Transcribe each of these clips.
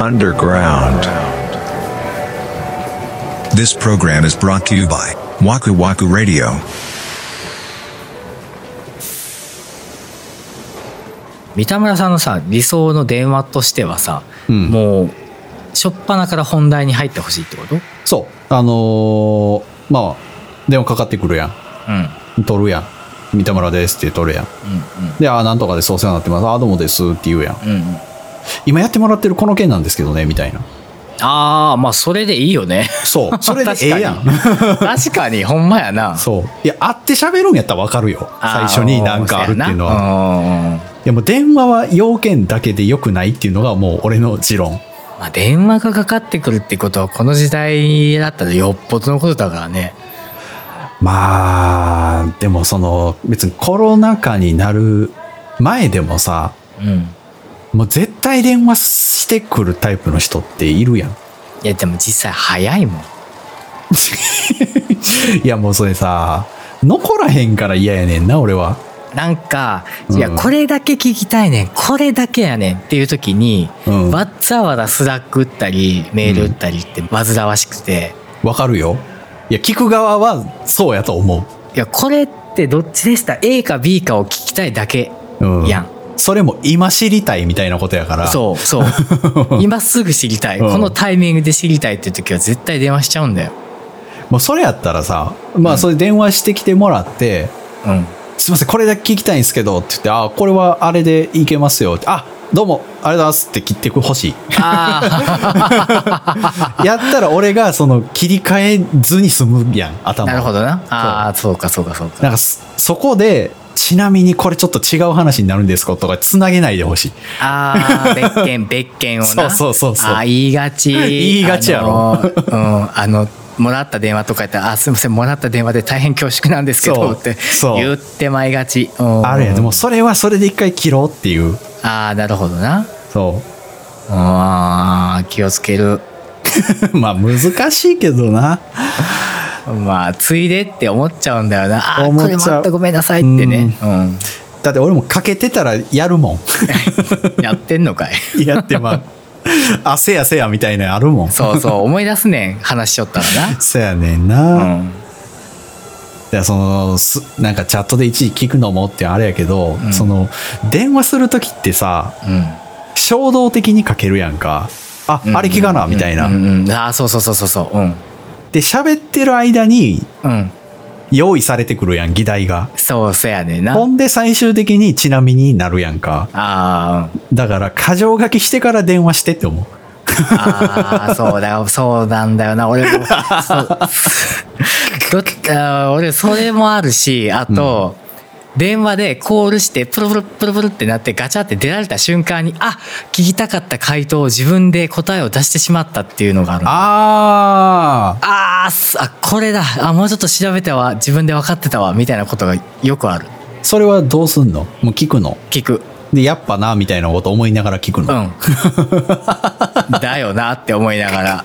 underground. This program is brought to you by Waku Waku Radio. 三田村さんのさ理想の電話としてはさ、うんもう初っ端から本題に入ってほしいってことうんそう。あのーまあ、電話かかってくるやうんん。取るやん。三田村ですって取るやん。で、あーなんとかです、お世話になってます。あーどうもですって言うやん。うんうんうん今やってもらってるこの件なんですけどね、みたいな。ああまあそれでいいよね そう。それでええやん。確かに確かにほんまやなそう。いや、会って喋るんやったらわかるよ。最あー初になんかあるっていうのそやは。なうんでも電話は要件だけで良くないっていうのがもう俺の持論。まあ、電話がかかってくるってことはこの時代だったらよっぽどのことだからねまあ、でもその、別にコロナ禍になる前でもさ、うんもう絶対電話してくるタイプの人っているやん。 いやでも実際早いもんいやもうそれさ、残らへんから嫌やねんな、俺は。なんか、うんいやこれだけ聞きたいねんこれだけやねんっていう時に、うんわざわざスラック打ったりメール打ったりって煩わしくて、わかるよ。いや、聞く側はそうやと思いやこれってどっちでした A か B かを聞きたいだけう。うん。やん、それも今知りたいみたいなことやから。そうそう 今すぐ知りたい、うんこのタイミングで知りたいっていう時は絶対電話しちゃうんだよもうそれやったらさ、まあそれ電話してきてもらって、うんすいません、これだけ聞きたいんですけどって言って、あ、これはあれでいけますよって。あ、どうも、ありがとうございますって切ってほ しい。あ やったら俺がその切り替えずに済むやん、あ頭。なるほどなああそうかそうかそうかなんかそそこで、ちなみにこれちょっと違う話になるんですかとかつなげないでほしい。ああ別 件別件をなそうそうそうそうあー言いがち言いがちやろあのーうんあのもらった電話とか言ったら「あすいませんもらった電話で大変恐縮なんですけそど」うってそう言ってまいがち、うんあるやん。でもそれはそれで一回切ろうっていう。ああなるほどなそあー気をつける う。まあ難しいけどな。まあついでって思っちゃうんだよなあー思こっちれゃうもあったごめんなさいってね、うんだって俺もかけてたらやるもん。 やってんのかいやっ てまあ、あせやせやみたいなのあるもん。そうそう思い出すねん話しちゃったらそやねんな、な。うんいやそのすなんかチャットで一時聞くのもってあれやけど、その電話する時ってさうん、衝動的にかけるやんかあ、あれ聞かなみたいな、うんうん、ああそうそうそうそうそううんで喋ってる間にうん用意されてくるやん議題がそうそうやねんなほんで最終的にちなみになるやんかあーうんだから過剰書きしてから電話してって思うあーそうだよそうなんだよな俺もそうどっあー俺それもあるしあと、電話でコールしてプルプルプルプルってなってガチャって出られた瞬間にあ聞きたかった回答を自分で答えを出してしまったっていうのがあるあーあーすあこれだあもうちょっと調べたわ自分で分かってたわみたいなことがよくあるそれはどうすんのもう聞くの聞くでやっぱなみたいなこと思いながら聞くうの、んだよなって思いながら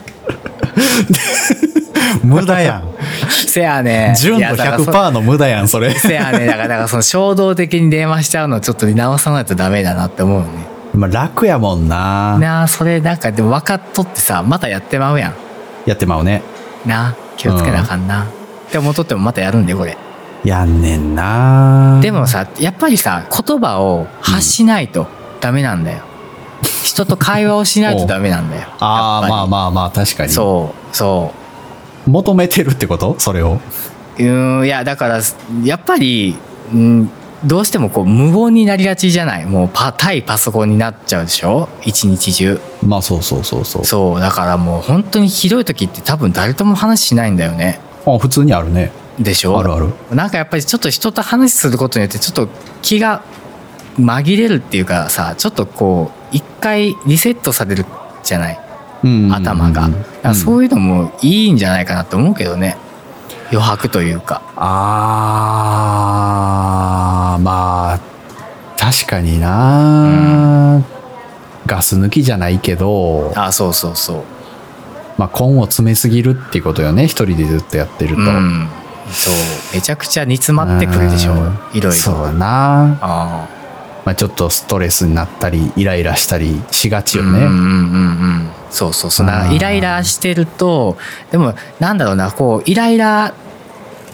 無駄や んせやね純い度やだからそ100%の無駄やんそ れせやねだからだからその衝動的に電話しちゃうのちょっと直さないとダメだなって思うねまあ楽やもんななあそれなんかでも分かっとってさまたやってまうやんやってまうねなあ気をつけなあかんな、って思っとってもまたやるんでこれやんねんなでもさやっぱりさ言葉を発しないとダメなんだよ、人と会話をしないとダメなんだよああまああまあまあ確かにそうそう求めてるってことそれをうーんいやだからやっぱり、うん、どうしてもこう無言になりがちじゃないもうパ対パソコンになっちゃうでしょ一日中まあそうそうそうそうそうだからもう本当にひどい時って多分誰とも話しないんだよねあ普通にあるねでしょあるあるなんかやっぱりちょっと人と話することによってちょっと気が紛れるっていうかさちょっとこう一回リセットされるじゃないうん頭が、うだかんらそういうのもいいんじゃないかなと思うけどね余白というかああまあ確かにな、ガス抜きじゃないけど、あそうそうそうまあ、根を詰めすぎるっていうことよね一人でずっとやってると、うん、そうめちゃくちゃ煮詰まってくるでしょうんいろいろそうやなあまあ、ちょっとストレスになったりイライラしたりしがちようんうんね。うんうんそうそうそうだかあらーイライラしてるとでもなんだろうなこうイライラ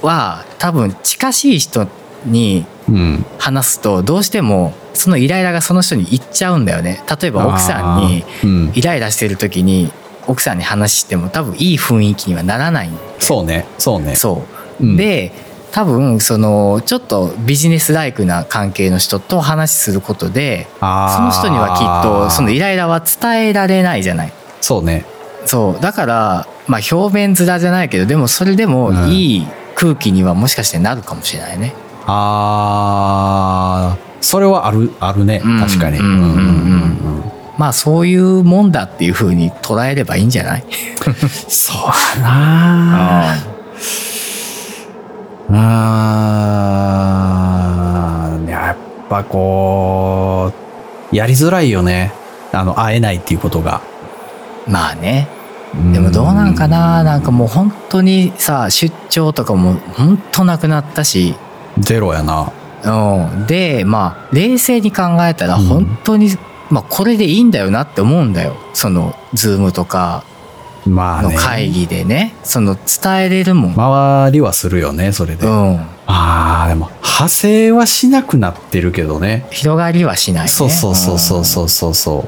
は多分近しい人にうん話すとどうしてもそのイライラがその人に行っちゃうんだよね例えば奥さんにあーうんイライラしてる時に奥さんに話しても多分いい雰囲気にはならないんそうねそうね。そう、うんで多分そのちょっとビジネスライクな関係の人と話しすることでそのあー人にはきっとそのイライラは伝えられないじゃないそうね。そうだからまあ表面面じゃないけどでもそれでもうんいい空気にはもしかしてなるかもしれないね、あーそれはあるあるねうん確かに。うんうんうんうんうんまあそういうもんだっていうふうに捉えればいいんじゃないそうやなああーやっぱこうやりづらいよねあの会えないっていうことがまあねでもどうなんかななんかもう本当にさ出張とかも本当なくなったしゼロやなうん、でまあ冷静に考えたらうん本当に、まあ、これでいいんだよなって思うんだよその Zoom とかまあのね会議でねその伝えれるもん、周りはするよねそれで、あうん、あーでも派生はしなくなってるけどね広がりはしない、ね、そうそうそうそうそうそうそ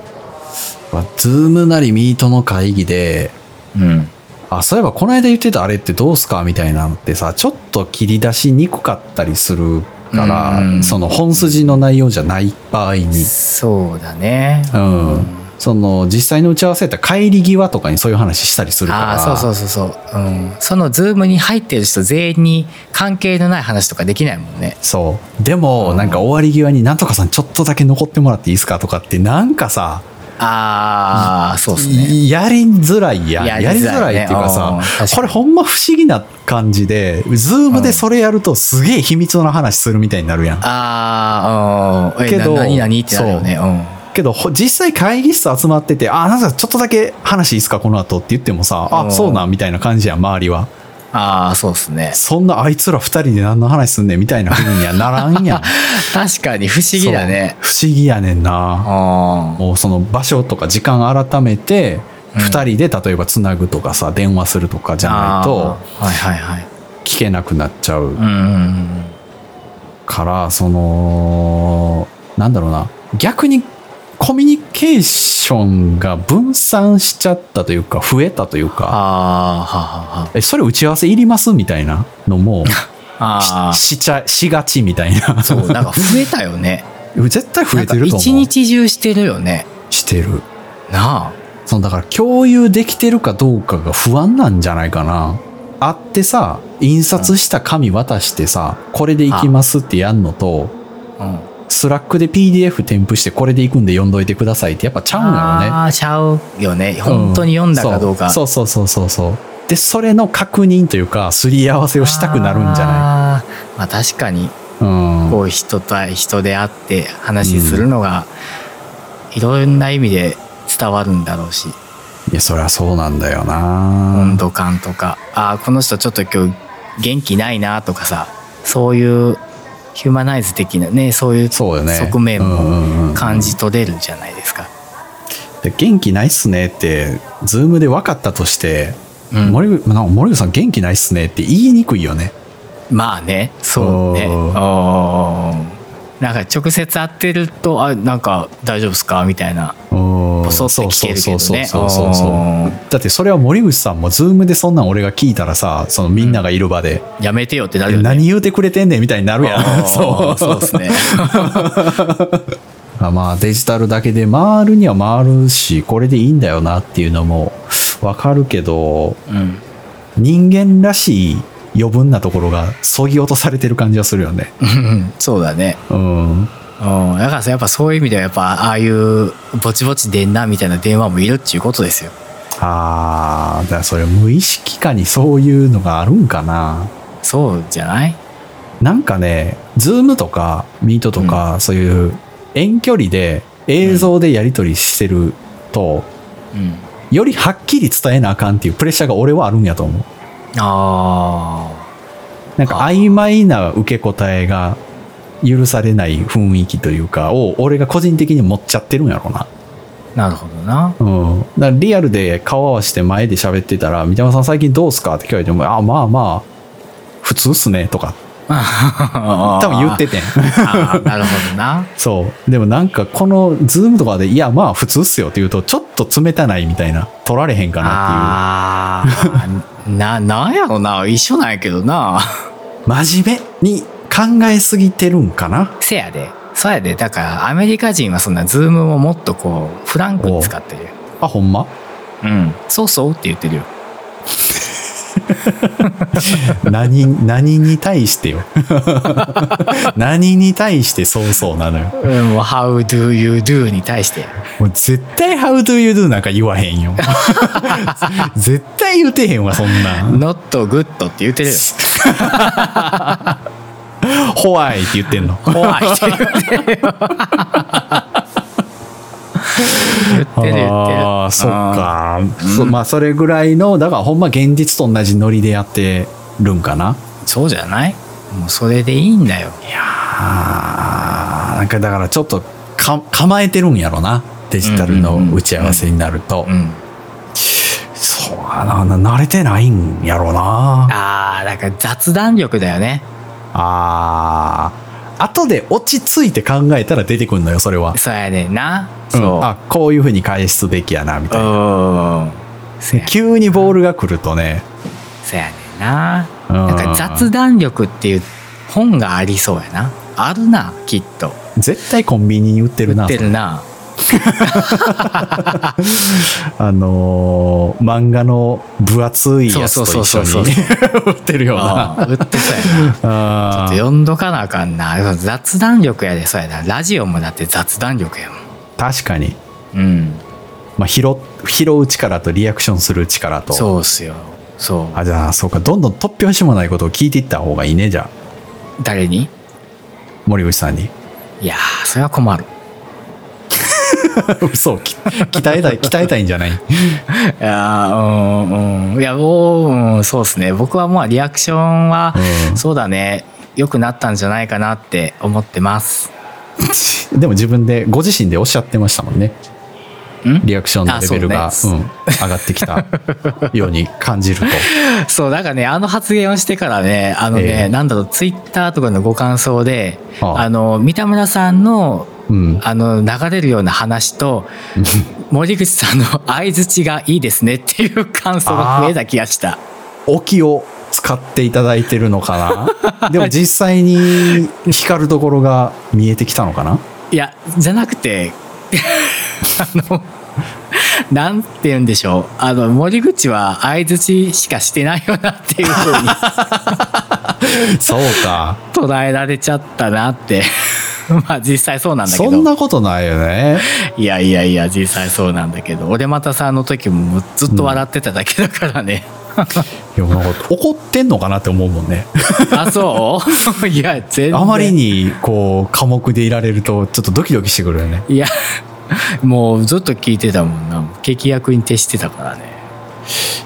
う、まあ、ズームなりミートの会議でうん、うんあそういえばこの間言ってたあれってどうすかみたいなのってさちょっと切り出しにくかったりするから、うんその本筋の内容じゃない場合に、そうだねうんその実際の打ち合わせやって帰り際とかにそういう話したりするからああそうそうそうそう、うん、その Zoom に入ってる人全員に関係のない話とかできないもんねそうでもなんか終わり際に「なんとかさんちょっとだけ残ってもらっていいですか?」とかってなんかさ、ああそうですねやりづらいやんややりりづづららいいねっていうかうんさ確かにこれほんま不思議な感じで Zoom でそれやるとすげえ秘密の話するみたいになるやんああうんえけなど何何ってなるよねうんけどほ実際会議室集まってて「あなんかちょっとだけ話いいっすかこの後って言ってもさ「うあんそうなん」みたいな感じやん周りはああそうですねそんなあいつら二人で何の話すんねんみたいな風にはなら んやん確かに不思議だねそう不思議やねんなあもうその場所とか時間改めてうん二人で例えばつなぐとかさ電話するとかじゃないとはいはいはい聞けなくなっちゃううんうんからそのなんだろうな逆にコミュニケーションが分散しちゃったというか増えたというかああははえそれ打ち合わせいりますみたいなのもああししちゃしがちみたいな そうなんか増えたよね絶対増えてるなとんか一思う日中してるよねしてるなあそのだから共有できてるかどうかが不安なんじゃないかなあってさ印刷した紙渡してさこれでいきますってやんのとうんスラックで PDF 添付してこれでいくんで読んどいてくださいってやっぱちゃうんやああちゃうよねろね本当に読んだかどうか、んそうそうそうそうそうでそれの確認というかすり合わせをしたくなるんじゃないないまあ確かにうんこう人対人で会って話するのがいろんな意味で伝わるんだろうしいや、そりゃそうなんだよ温な度感とか、ああこの人ちょっと今日元気ないなとかさそういうヒューマナイズ的なねそういうそうよね。側面うんうんうんも感じ取れるじゃないですか。で元気ないっすねって、ズームで分かったとして、うん森口なんか森口さん元気ないっすねって言いにくいよね。まあねそうね。おーおーなんか直接会ってるとあなんか大丈夫ですかみたいなうんボソそうッそとう聞けるけどそうねそうそうそうおそーう。だってそれは森口さんもズームでそんなん俺が聞いたらさ、そのみんながいる場で、やめてよってなるよね。何言うてくれてんねんみたいになるやあーん。そ う。そうですね。あまあデジタルだけで回るには回るし、これでいいんだよなっていうのも分かるけど、うん人間らしい余分なところがそぎ落とされてる感じがするよね。うんそうだね。うん。うん、だからさやっぱそういう意味ではやっぱああいうぼちぼちでんなみたいな電話もいるっていうことですよ。ああ、だからそれ無意識下にそういうのがあるんかな。そうじゃないなんかね、ズームとかミートとか、そういう遠距離で映像でやり取りしてると、うん。よりはっきり伝えなあかんっていうプレッシャーが俺はあるんやと思う。あなんか曖昧な受け答えが許されない雰囲気というかを俺が個人的に持っちゃってるんやろうななるほどな。うん、だからリアルで顔合わせて前で喋ってたら「三山さん最近どうすか?」って聞かれても「あまあまあ普通っすね」とか多 多分言っててんあーなるほど な。そうでもなんかこのズームとかで「いやまあ普通っすよ」って言うとちょっと冷たないみたいな取られへんかなっああ、な、なんやろな。一緒なんやけどな。ていう真面目に考えすぎてるんかなせやで。そうやで。だから、アメリカ人はそんな、ズームももっとこう、フランクに使ってるよ。あほんまうん。そうそうって言ってるよ。何何に対してよ 何に対してそうそうなのようん、もう How do you do に対して。もう絶対「How do you do」なんか言わへんよ 絶対言うてへんわそんなん Not good って言ってるよ。ホワイって言ってんの怖いって言ってるよ。言ってる言ってる。ああそっか、そまあそれぐらいのだからほんま現実と同じノリでやってるんかなうん。そうじゃないもうそれでいいんだよ。あーなんかだからちょっとか構えてるんやろなデジタルの打ち合わせになるとうん。そうやなな慣れてないんやろなああ、だから雑談力だよね。あー後で落ち着いて考えたら出てくるのよそれはそうやねんな。うんあこういうふうに返すべきやなみたいなうん。そうや急にボールが来るとねそうやねんな。うんなんか雑談力っていう本がありそうやな。あるな、きっと。絶対コンビニに売ってる売なってるな。あのー漫画の分厚いやつと一緒にそうそうそうそう売 ってるような。うん売ってそうやな。ちょっあとー読んどかなあかんな。雑談力やで、そうやな。ラジオもだって雑談力やもん。確かに、うん。まあ、拾拾う力とリアクションする力とそうっすよ。そあじゃあそうかどんどん突拍子もないことを聞いていった方がいいねじゃあう。誰に森口さ んにいやー、それは困 る。嘘をき鍛えたい鍛えたいんじゃないいやーうんうんいやもう、うんそうですね僕はまあリアクションは、うんそうだね良くなったんじゃないかなって思ってますでも自分でご自身でおっしゃってましたもんねんリアクションのレベルがあそうねうん、上がってき たように感じると そうなんかねあの発言をしてからねあのね、ええなんだろうツイッターとかのご感想であああの三田村さんのうんあの流れるような話と森口さんの 相づちがいいですねっていう感想が増えた気がした置きを使っていただいてるのか なでも実際に光るところが見えてきたのかないやじゃなくて あのなんて言うんでしょうあの森口は相づちしかしてないよなっていうふうにそうか捉えられちゃったなって まあ実際そうなんだけどそんなことないよねいやいやいや実際そうなんだけど俺またさんの時もずっと笑ってただけだからね、いやなんか怒ってんのかなって思うもんねあそう いや全然あまりにこう寡黙でいられるとちょっとドキドキしてくるよねいやもうずっと聞いてたもんな劇役に徹してたからね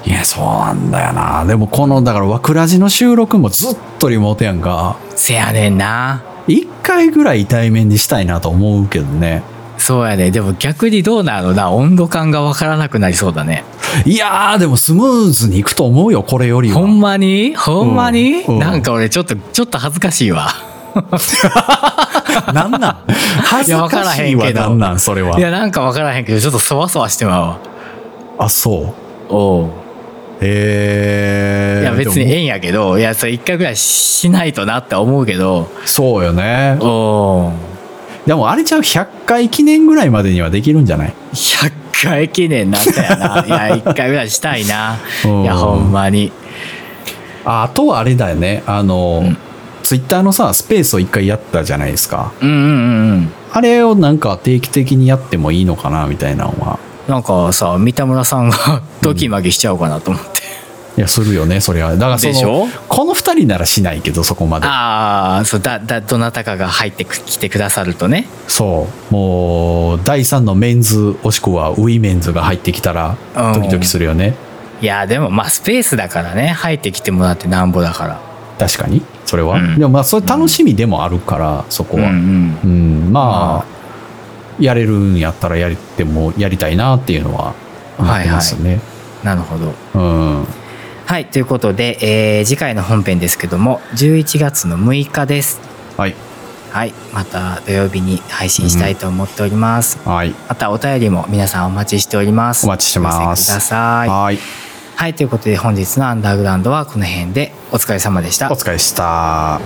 いやそうなんだよなでもこのだから枠ラジの収録もずっとリモートやんかせやねんな一回ぐらい対面にしたいなと思うけどねそうやね。でも逆にどうなのな温度感がわからなくなりそうだね。いやーでもスムーズにいくと思うよこれよりはほんまにほんまに、うんうんなんか俺ちょっと、ちょっと恥ずかしいわ。なんなん恥ずわからかへしいんけわどなんなんそれはいや、なんかわからへんけど、ちょっとそわそわしてまうわ。あそうおう。へえいや、別にでええもんやけど、いや、それ一回ぐらいしないとなって思うけど、そうよねおう。でもあれちゃう100回記念ぐらいまでにはできるんじゃない100回記念なんだよな。いや、一回ぐらいしたい な。うんいや、ほんまに。ああとはあれだよねあの、ツイッターのさスペースを一回やったじゃないですかうんうんうんうん。あれをなんか定期的にやってもいいのかなみたいなのはなんかさ、三田村さんがドキマギしちゃうかなと思って。いやするよねそれはだからそのでしょこの2人ならしないけどそこまでああそうだだどなたかが入ってくきてくださるとねそうもう第3のメンズもしくはウィメンズが入ってきたらうんドキドキするよね、いやでもまあスペースだからね入ってきてもらってなんぼだから確かにそれは、うんでもまあそれ楽しみでもあるから、そこうんうは、んうんまあ、やれるんやったらやりてもやりたいなっていうのは思ってますね、なるほどうんはいということで、えー次回の本編ですけども11月の6日ですはいはいまた土曜日に配信したいと思っております、はいまたお便りも皆さんお待ちしておりますお待ちしてますお寄せくださいはいはいということで本日のアンダーグラウンドはこの辺でお疲れ様でしたお疲れでした